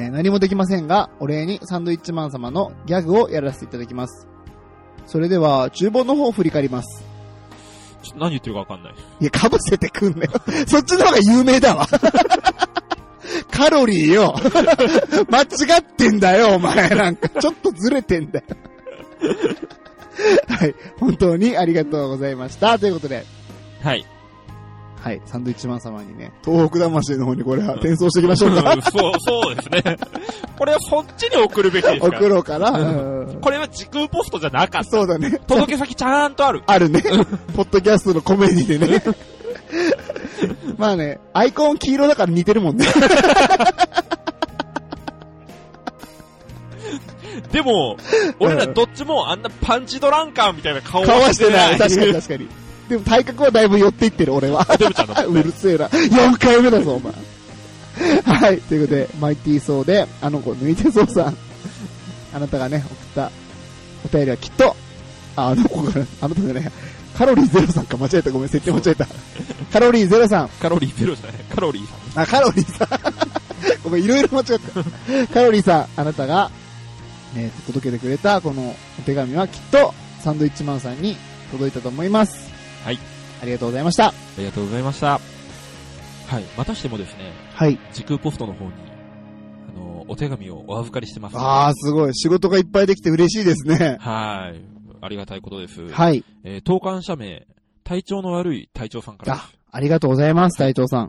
えー何もできませんが、お礼にサンドイッチマン様のギャグをやらせていただきます。それでは、厨房の方を振り返ります。
ちょっと何言ってるかわかんない。
いや、かぶせてくんなよ。 <laughs> そっちの方が有名だわ。 <laughs> カロリーよ。 <laughs> 間違ってんだよ、お前。なんか、ちょっとずれてんだよ。 <laughs> はい。本当にありがとうございました。ということで、
はい。
はい。サンドイッチマン様にね、東北魂の方にこれは転送 <laughs> していきましょうか。
うんそう、そうですね。これはそっちに送るべきですから。
送ろうかな。うん
これは時空ポストじゃなかった。
そうだね。
届け先ちゃんとある。
あるね。ポッドキャストのコメディで <laughs> ね。まあね、アイコン黄色だから似てるもんね。
でも、俺らどっちもあんなパンチドランカーみたいな顔
顔はしてない。 <laughs> 確かに
に。
確かに。でも体格はだいぶ寄っていってる、俺 <laughs> は。
<laughs> デブちゃんだもん
うるせえな。4回目だぞ、お前。はい、ということで、マイティーソーで、あの子抜いてそうさん。あなたがね、送ったお便りはきっと、あ、あの子が、あなたじゃない。カロリーゼロさんか、間違えた、ごめん、設定間違えた。カロリーゼロさん。
カロリーゼロじゃない。カロリーさん。
あ、カロリーさん。 <laughs> ごめん、いろいろ間違った。カロリーさん、あなたが、ね、届けてくれたこのお手紙はきっと、サンドイッチマンさんに届いたと思います。
はい。
ありがとうございました。
ありがとうございました。はい。またしてもですね、
はい。
時空ポストの方に、あの、お手紙をお預かりしてます。
あー、すごい。仕事がいっぱいできて嬉しいですね。
はい。ありがたいことです。
はい。
えー投函者名、体調の悪い隊長さんからで
あ
す。、
ありがとうございます、大東さん。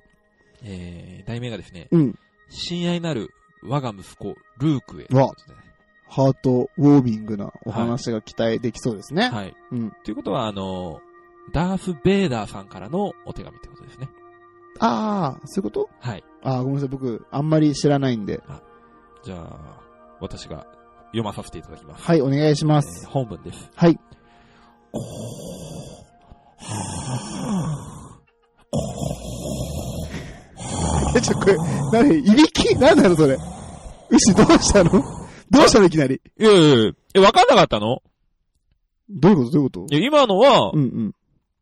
えー、題名がですね、
うん。
親愛なる我が息子、ルークへ。
うわハートウォーミングなお話が期待できそうですね。
はい。
うん。
ということは、あの、ダース・ベイダーさんからのお手紙ってことですね。
あー、そういうこと
はい。
あー、ごめんなさい、僕、あんまり知らないんで。
じゃあ、私が読まさせていただきます。
はい、お願いしま
えー
す。
本文です。
はい。 <laughs> え、ちょ、これ、なに、いびきなんだろ、それ。牛、どうしたのどうしたの、いきなり。
いやいやいやえ、わかんなかったの
どういうことどういうこと
いや、今のは、
うんうん。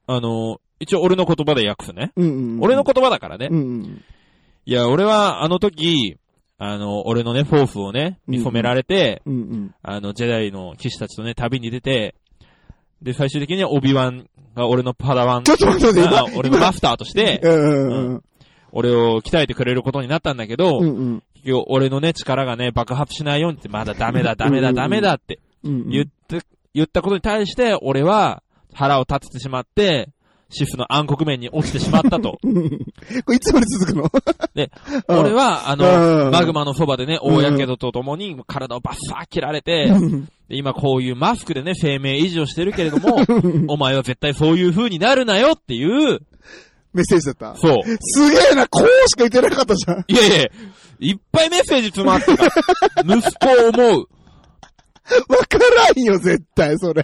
あの、一応俺の言葉で訳すね。
うんうんうん。
俺の言葉だからね。
うんうん。
いや、俺はあの時、あの、俺のね、フォースをね、見染められて、
うんうん。
あの、ジェダイの騎士たちとね、旅に出て、で、最終的にはオビワンが俺のパダワン
ちょっと待って待って
が、
今
俺のマスターとして、
うんうんうん。
俺を鍛えてくれることになったんだけど、
うんうん。
結局俺のね、力がね、爆発しないようにって、まだダメだ、ダメ
う
だ、
ん
ダメだって
うんうん
言って、言ったことに対して、俺は腹を立ててしまって、シフの暗黒面に落ちてしまったと。
<laughs> これいつまで続くの
で、
うん
俺は、あ
うん
の、マグマのそばでね、大やけどとともに体をバッサー切られて、で今こういうマスクでね、生命維持をしてるけれ
<laughs>
ども、お前は絶対そういう風になるなよっていう、
メッセージだった。
そう。
すげえな、こうしか言ってなかったじゃん。
いやいや、いっぱいメッセージ詰まっ
<laughs>
てた。息子を思う。
わからんよ、絶対、それ。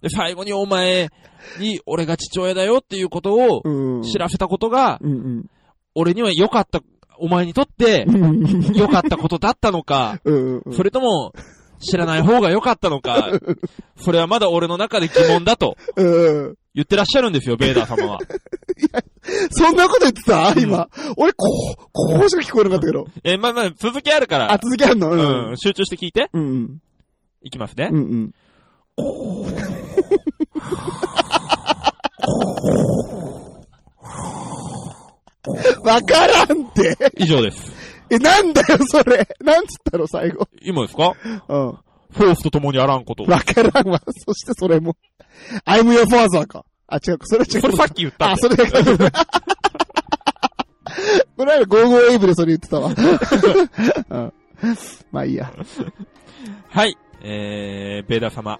で、最後にお前に俺が父親だよっていうことを
うん
知らせたことが、
うん
俺には良かった、お前にとって
うん。うん
良かったことだったのか、
うんうん。
それとも、知らない方が良かった
<laughs>
のか、それはまだ俺の中で疑問だと
うん。
言ってらっしゃるんですよ、ベイダー
<laughs>
様は。
そんなこと言ってた今。俺、こう、こうしか聞こえなかったけど。
えーまあまあ、続きあるか
あ、
ら、
続きあるのう
うんん、。集中して聞いて。
うんうん。
いきますね
うんう。ん。わからんって。
以上です。
え、なんだよ、それ。なんつったの、最後。
今です
う
か
ん。
フォースと共にあらんこと。
わからんわ。そしてそれも。I'm your father か。あ、違う、それは違う。
それさっき言ったん
あ、
で。
それだけだ。この間、ゴーゴーエイブでそれ言ってたわ。うん、まあいいや。
はい。えー、ベーダ
<laughs>
ー様。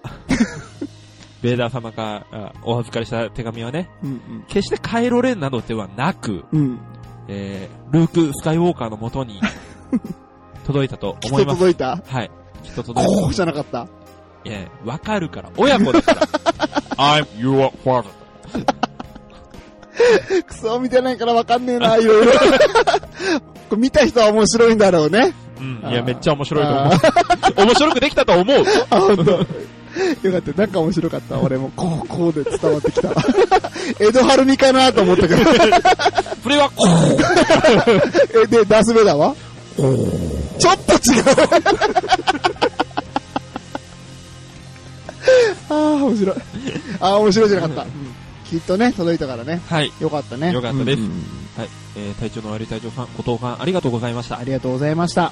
ベーダー様からあお預かりした手紙はね、
うん、
決してカイロレンなどではなく、
うん。うん。
えー、ルーク・スカイウォーカーのもとに
<laughs>
届いたと
きっ
思い
と
ます。
届いた
はい。きっと届いた。
こうじゃなかった。
いや、わかるから。親子だから。I'm your father.
クソ見てないからわかんねえな、いろいろ。これ見た人は面白いんだろうね。
うん。
あー
いや、めっちゃ面白いと思う。面白くできたと思う。
あ、ほんと。よかった。なんか面白かった。俺も、こう、こうで伝わってきた。江戸春美かなと思ったけど。
それは、こう
え、で、ダースベイダーはちょっと違う。 <laughs> ああ、面白い。ああ、面白いじゃなかった。うんきっとね、届いたからね。
<laughs> はい。
よかったね。
よかったです
うんうん
はい。えー、体調の悪い隊長さん、ご投函ありがとうございました。
ありがとうございました。
は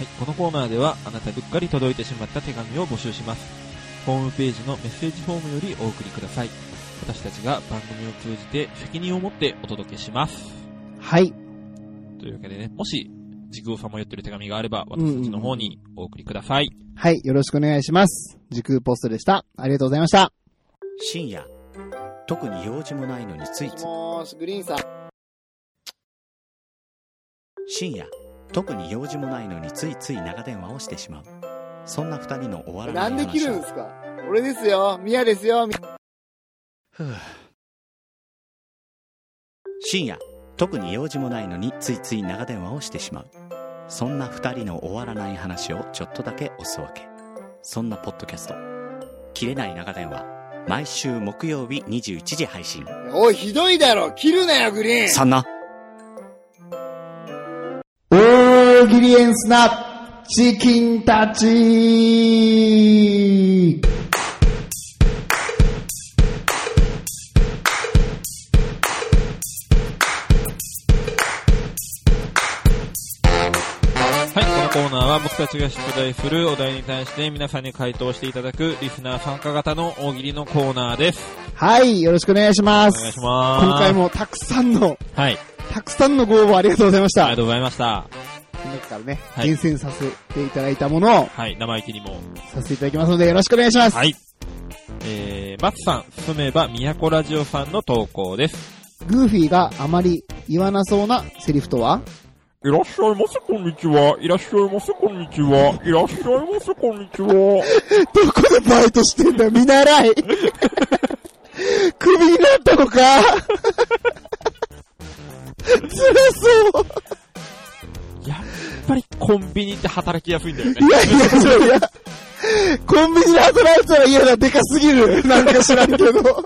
い、このコーナーではあなたにうっかり届いてしまった手紙を募集しますホームページのメッセージフォームよりお送りください私たちが番組を通じて責任を持ってお届けします
はい。
というわけでねもし時空様言ってる手紙があれば私たちの方にお送りください、
はい、よろしくお願いします。時空ポストでした。ありがとうございました。
深夜特に用事もないのについつい
もし、グリーンさん。
深夜特に用事もないのについつい長電話をしてしまうそんな二人の終わらない話を
すか俺ですよ。ミヤですよ。
ふう深夜特に用事もないのについつい長電話をしてしまうそんな二人の終わらない話をちょっとだけおすわけそんなポッドキャスト「切れない長電話」毎週木曜日21時配信
おい、ひどいだろ切るなよ、グリー
そんな
大喜利エンスなチキンたち
はいこのコーナーは僕たちが出題するお題に対して皆さんに回答していただくリスナー参加型の大喜利のコーナーです
はい、よろしくお願いしま
お
す。
願いします
今回もたくさんの、
はい
たくさんのご応募ありがとうございまし
あ
た
りが。とうございました
この中からね、
はい
厳選させていただいたものを
はい生意気にも
させていただきますのでよろしくお願いします。
はい。えー、松さん、住めば都ラジオさんの投稿です。
グーフィーがあまり言わなそうなセリフとはい
らっしゃいませ、こんにちは。いらっしゃいませ、こんにちは。いらっしゃいませ、こんにちは。
<laughs> どこでバイトしてんだよ、見習い <laughs> クビになった
<laughs>
のか辛そう
やっぱりコンビニって働きやすいんだよね。
いやいや、そりゃ、コンビニで働いてたら嫌だ、でかすぎる。なんか知らんけど。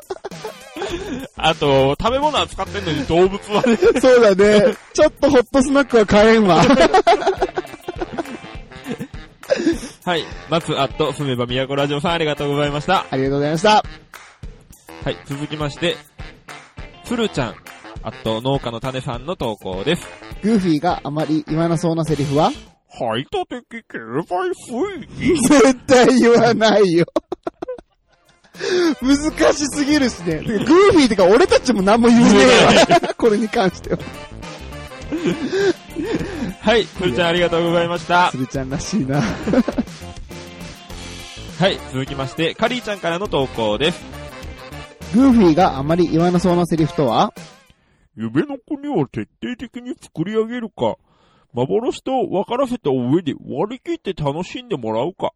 あと、食べ物は使ってんのに動物はね。
そうだね。ちょっとホットスナックは買えんわ。
はい。松、あと、住めば都ラジオさんありがとうございました。
ありがとうございました。
はい。続きまして、つるちゃん、あと、農家の種さんの投稿です。
グーフィーがあまり言わなそうなセリフは
排他的経済水域。
絶対言わないよ。難しすぎるしね。てかグーフィーってか俺たちも何も言えねえわ。これに関しては。
はい。つるちゃんありがとうございました。
つるちゃんらしいな。
はい、続きまして、カリーちゃんからの投稿です。
グーフィーがあまり言わなそうなセリフとは
夢の国を徹底的に作り上げるか、幻と分からせた上で割り切って楽しんでもらうか、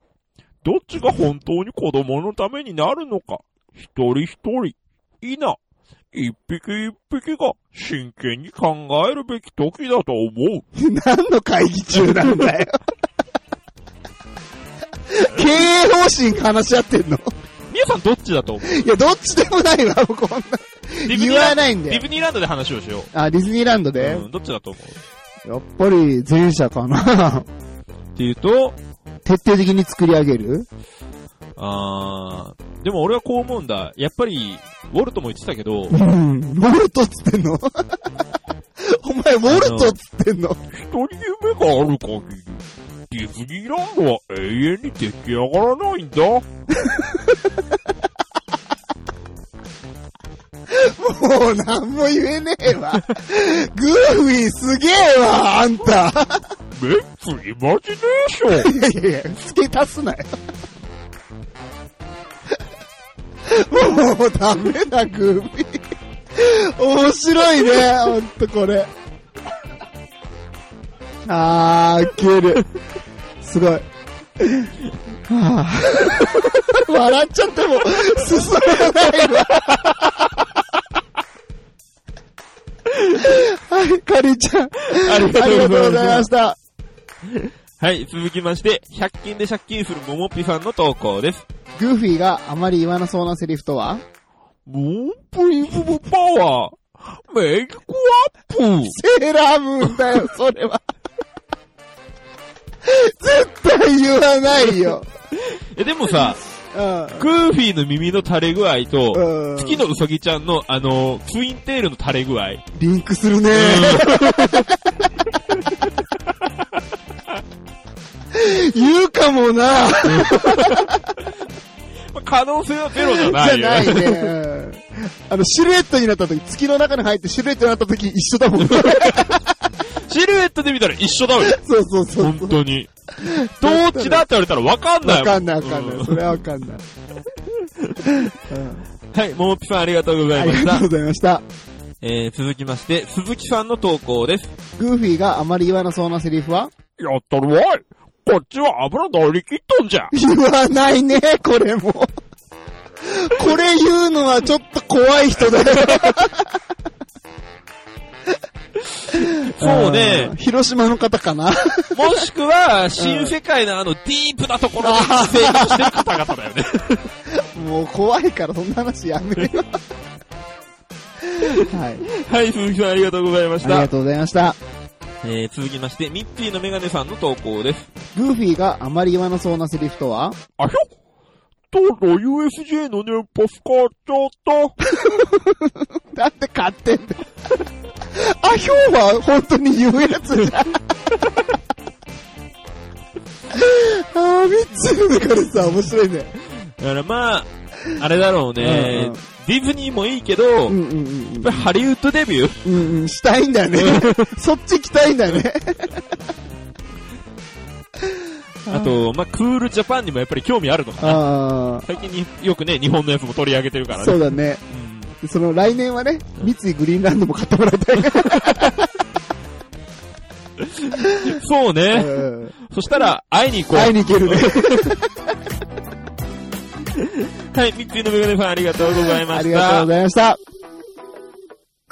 どっちが本当に子供のためになるのか、一人一人、いいな、一匹一匹が真剣に考えるべき時だと思う。
<laughs> 何の会議中なんだよ。 <laughs> 経営方針話し合ってんの
皆さんどっちだと思う
いや、どっちでもないわ、もうこんな。言わないんだ
ディ
よ
ズ。ニーランドで話をしよ
あ、ディズニーランド
う。
で、
うん、どっちだと思う
やっぱり前者か <laughs> な。
っていうと、
徹底的に作り上げる
あー、でも俺はこう思うんだ。やっぱり、ウォルトも言ってたけど、
<laughs> うん。ボルトっつってんの前、モルトっつってんの。
一人夢がある限り、ディズニーランドは永遠に出来上がらないんだ。
もう、なんも言えねえわ。グーフィーすげえわ、あんた。
レッツイマジネーション
いやいやいや、付け足すなよ。もうダメだ、グービー。面白いね、ほんとこれ。あー、ウケる。すごい。はあ、笑っちゃっても進めないわ。はい、カリーちゃん。
ありが
あ
と
りが
うご
とうご
ざ
ざい
いま。
ますした。
<laughs> はい、続きまして、100均で借金するももっぴさんの投稿です。
グーフィーがあまり言わなそうなセリフとは
モンプリズムパワー、メイクアップ、
セーラームーンだ
<laughs>
よ、それは。絶対言わないよ。
え、でもさ、
う
グーフィーの耳の垂れ具合と、
ん。うん。
月のうさぎちゃんの、あの、ツインテールの垂れ具合。
リンクするね。言うかもな。
まあ可能性はゼロじゃ
<laughs> じ
な
ゃ
いよ。
ないね。うんあの、シルエットになった時、月の中に入ってシルエットになった時一緒だ
<laughs>
もん。そう
シルエットで見たら一緒だよ。
そうそう
本。当に。どっちだって言われたらわかんない
わ
も
かん
ん。
ないわかんな
う
い。それはわかんない。
はい、ももぴさんありがとうござ
あ
いまし
りが
た
とう。ございました。
えー、続きまして、鈴木さんの投稿です。
グーフィーがあまり言わなそうなセリフは <laughs>
やったるわい。こっちは油乗り切っとんじゃ。
言わないね、これも。これ言うのはちょっと怖い人だよ。
そうね
あー。広島の方かな。
もしくは、新世界のあの、ディープなところで成功してる方
<laughs>
々だよね。
もう怖いからそんな話やめよ
<laughs>
う。はい。
はい、鈴木さんありがとうございまし
ありが
た。
とうございました。
えー、続きまして、ミッピーのメガネさんの投稿です。
グーフィーがあまり言わなそうなセリフとは
あひょとうとう USJ のね、パス買っちゃった。
だって買ってんだよ。あ、ひょうは本当に言うやつじゃん。あー、3つ目だからさ、面白いね。
だからまあ、あれだろうね
うんうん。
ディズニーもいいけど、
うんうん
やっ
うんうん
ぱ。りハリウッドデビュー
うんうん、したいんだね。そっち来たいんだね。
あと、まあ、クールジャパンにもやっぱり興味あるのかな。
あ
最近によくね、日本のやつも取り上げてるか
あ、
ら
そ
ね。
うだね。
うん
その来年はね、三井グリーンランドも買ってもらいたい。
そうね。
うん
そしたら、会いに行こう。
会いに行けるね。
はい、ミッピーのメガネさんありがとうございま
あ
し
りがとう
た
ご。ざいました。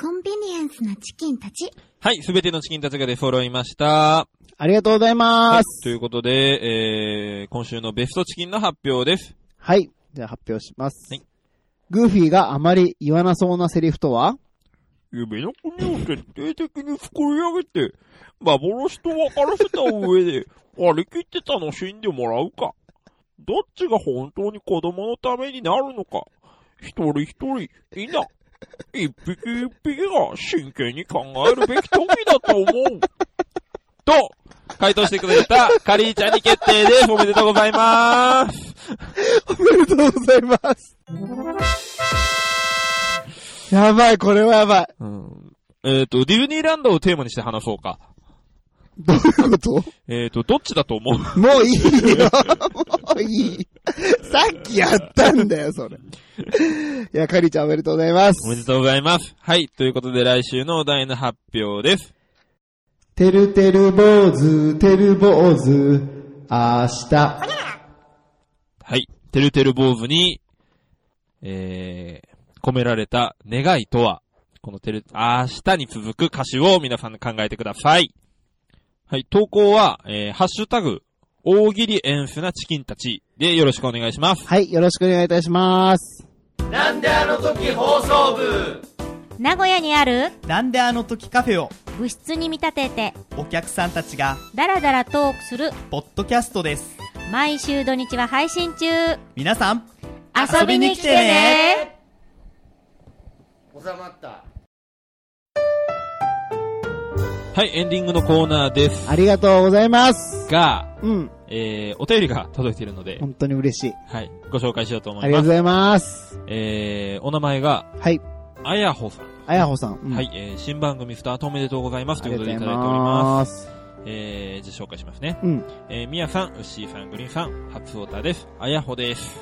コンビニエンスなチキンたち。
はい、すべてのチキンたちが出揃いました。
ありがとうございま
はい
す。、
ということで、えー、今週のベストチキンの発表です。
はい。じゃあ発表します
はい。
グーフィーがあまり言わなそうなセリフとは
夢の国を徹底的に作り上げて、幻と分からせた上
<laughs>
で、割り切って楽しんでもらうか。どっちが本当に子供のためになるのか。一人一人、い
<laughs>
な。一匹一匹が真剣に考えるべき時だと思う。
と、回答してくれた、カリーちゃんに決定です。おめでとうございます。
おめでとうございます。やばい、これはやばい。
うん、えっ、と、ディズニーランドをテーマにして話そうか。
どういうこと
えっ、と、どっちだと思う
もういいよ。もういい。さっきやったんだよ、それ。いや、かりちゃんおめでとうございます
お。めでとうございます。はい、ということで来週のお題の発表です。
てるてる坊主、てる坊主、明日。
はい。てるてる坊主に、えー、込められた願いとは、このてる、明日に続く歌詞を皆さん考えてください。はい。投稿は、えー、ハッシュタグ、大喜利エンスなチキンたちでよろしくお願いします。
はい、よろしくお願いいたします。
名古屋にある
なんであの時カフェを
部室に見立てて
お客さんたちが
ダラダラトークする
ポッドキャストです
毎週土日は配信中遊
皆さん
びに来てね
収まった。
はい、エンディングのコーナーです。
ありがとうございます。
が、
うん。
えー、お便りが届いているので、
本当に嬉しい。
はい、ご紹介しようと思います。
ありがとうございます。
えー、お名前が、
はい。
あやほさん。
あやほさん。うん
はい、えー、新番組スタートおめでとうございますということでいただいております。えー、じゃあ紹介しますね。
うん
えー、みやさん、うっしーさん、グリーンさん、初オタです。あやほです。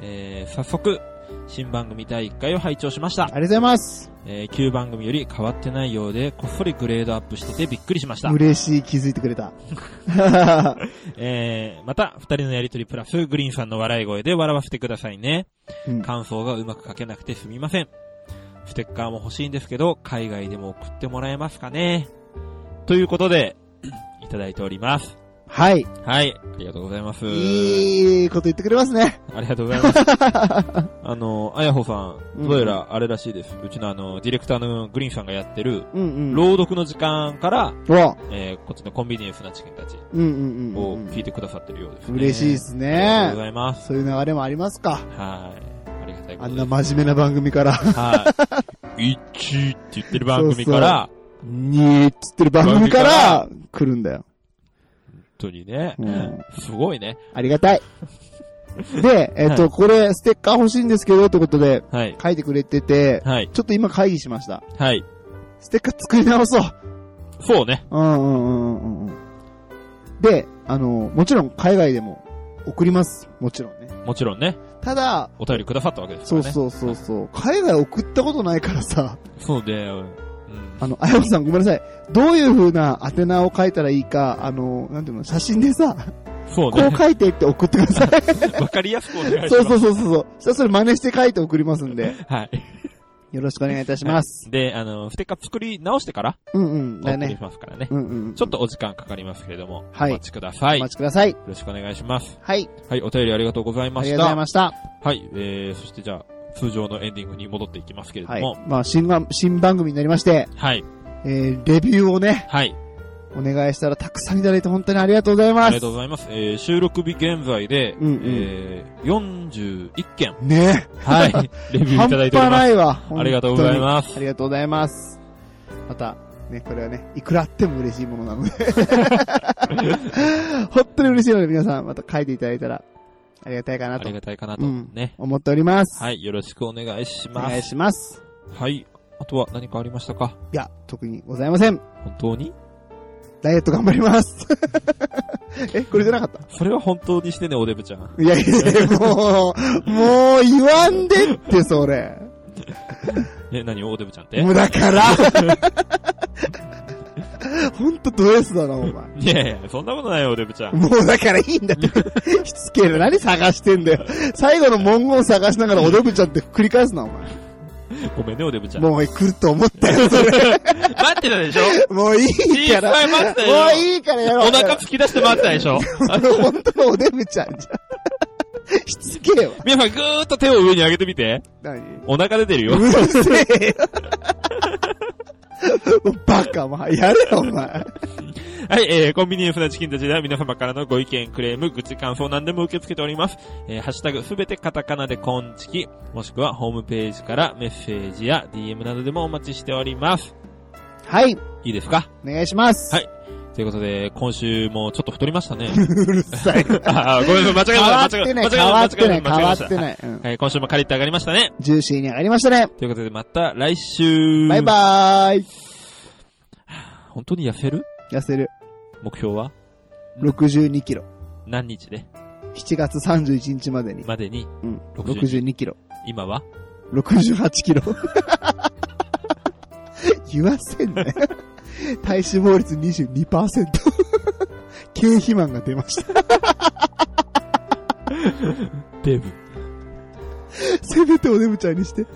えー、早速、新番組第1回を拝聴しました。あり
がとうございます。
えー、旧番組より変わってないようで、こっそりグレードアップしててびっくりしました。
嬉しい、気づいてくれた。 <laughs>
えー、また、二人のやりとりプラス、グリーンさんの笑い声で笑わせてくださいね。
うん
感想がうまく書けなくてすみません。ステッカーも欲しいんですけど、海外でも送ってもらえますかね。ということで、 <clears throat> いただいております。
はい。
はい、ありがとうございます。
いいこと言ってくれますね。
ありがとうござ
<laughs>
います。あの、あやほさ
うん
ん、どうやらあれらしいです。うちのあの、ディレクターのグリーンさんがやってる、
うんうん
朗読の時間から、
わ
えーこっちのコンビニエンスなチキンたち
うんうんうん
を聞いてくださってるようです、ね。
嬉しいです
ありが
ね
とうございます。
そういう流れもありますか。
はい。ありがたいこ
あ
と
ん
で
な真面目な番組から。
はい。1って言ってる番組から、
そうそう、にーっつってる番組から <laughs> 来るんだよ。
本当にね、
うん
すごいね。
ありがたい。で、えっ、と、
はい
これ、ステッカー欲しいんですけど、ってことで、
はい。
書いてくれてて、
はい。
ちょっと今会議しました。
はい。
ステッカー作り直そう。
そうね。
うんうんうんうんうん。で、あの、もちろん海外でも送ります。もちろんね。
もちろんね、
ただ、
お便りくださったわけです
そ
から
う
ね。
そうそうそう。海外送ったことないから
<laughs>
さ、
そうで、
あの、あやまさんごめんなさい。どういう風な宛名を書いたらいいか、あの、なんていうの、写真でさ、
そう
こ
ね
う。書いてって送ってくだ
<laughs>
さい。
わかりやすくお願いします。
そうそうそうそう。そしたらそれ真似して書いて送りますんで、
はい。
よろしくお願いいたします。
はいで、あの、ステッカー作り直してから、
うんうん。
お
だよ
送り
ね
し。ますからね。
うんうん。
ちょっとお時間かかりますけれども、
はい
お待ちくださ
お
い。よ
待ちください。
ろしくお願いします。
はい。
はい、お便りありがとうござい
あ
ま
り
し
がとうござい
た。
ました。
はい、えー、そしてじゃあ、通常のエンディングに戻っていきますけれど
はい
も、。
まあ、新番、新番組になりまして、
はい、
えー、レビューをね、
はい、
お願いしたらたくさんいただいて本当にありがとうござい
あ
ま
り
す
がと。うございます。えー、収録日現在で、
うんうん
えー、41件、
ね
はい、 <laughs> レビューいただいており
半端な
ま
いわ。
す。ありがとうござい
す。
ます。
ありがとうございます。また、ね、これはね、いくらあっても嬉しいものな
<laughs>
ので。本当に嬉しいので皆さん、また書いていただいたら、ありがたいか
あ
なと
りがたいかなと、
うん
ね。
思っております。
はい、よろしくお願いし
お
ま
願い
す。
します。
はい、あとは何かありましたか
いや、特にございません。
本当に
ダイエット頑張り
<laughs>
ます。え、これじゃなかった
それは本当にしてね、おデブちゃん。
いやいやいや、もう、もう言わんでって、それ。
え、何おデブちゃんって
もうだ <laughs> から。ほんとド S だな、お前。
いやいや、そんなことないよ、デブちゃん。
もうだからいいんだ
<laughs>
って。しつけえな。何探してんだよ。最後の文言探しながらおデブちゃんって繰り返すな、お前。
ごめんね、おデブちゃん。
もう来ると思ったよ、それ。
<laughs> 待ってたでしょ
もうい <laughs> いから。
小さい待
も
ってたよ
ういいからやろう。
お腹突き出して待ってたでしょ <laughs>
あの、本当のおデブちゃんじゃん。しつけえわ。
皆さん、ぐーっと手を上に上げてみて。
何
お腹出てるよ。
うるせえよ。もうバカ、お前。やれよ、お前。
はい、えー、コンビニエンスなチキンたちでは皆様からのご意見、クレーム、愚痴、感想何でも受け付けております。えー、ハッシュタグすべてカタカナでコンチキ、もしくはホームページからメッセージや DM などでもお待ちしております。
はい。
いいですか
お願いします。
はいということで、今週もちょっと太りました
<laughs>
ね。
うる
<laughs>
さい。変
あーごめんなさい、間違
わ
え。
ったて
間
な
違
い、
えた。
変わってない、変
間違え
わ
ま
っ
した
てない。うん
はい、今週もカリッと上がりましたね。
ジューシーに上がりましたね。
ということで、また来週。
バイバーイ。
本当に痩せる
痩せる。
目標は
62キロ。
何日で
7月31日までに。
までに、
うん。
62
62キロ。
今は
68キロ。 <laughs> 言わせんね。体脂肪率22%。軽肥満が出ました。
デブ。
せめておデブちゃんにして。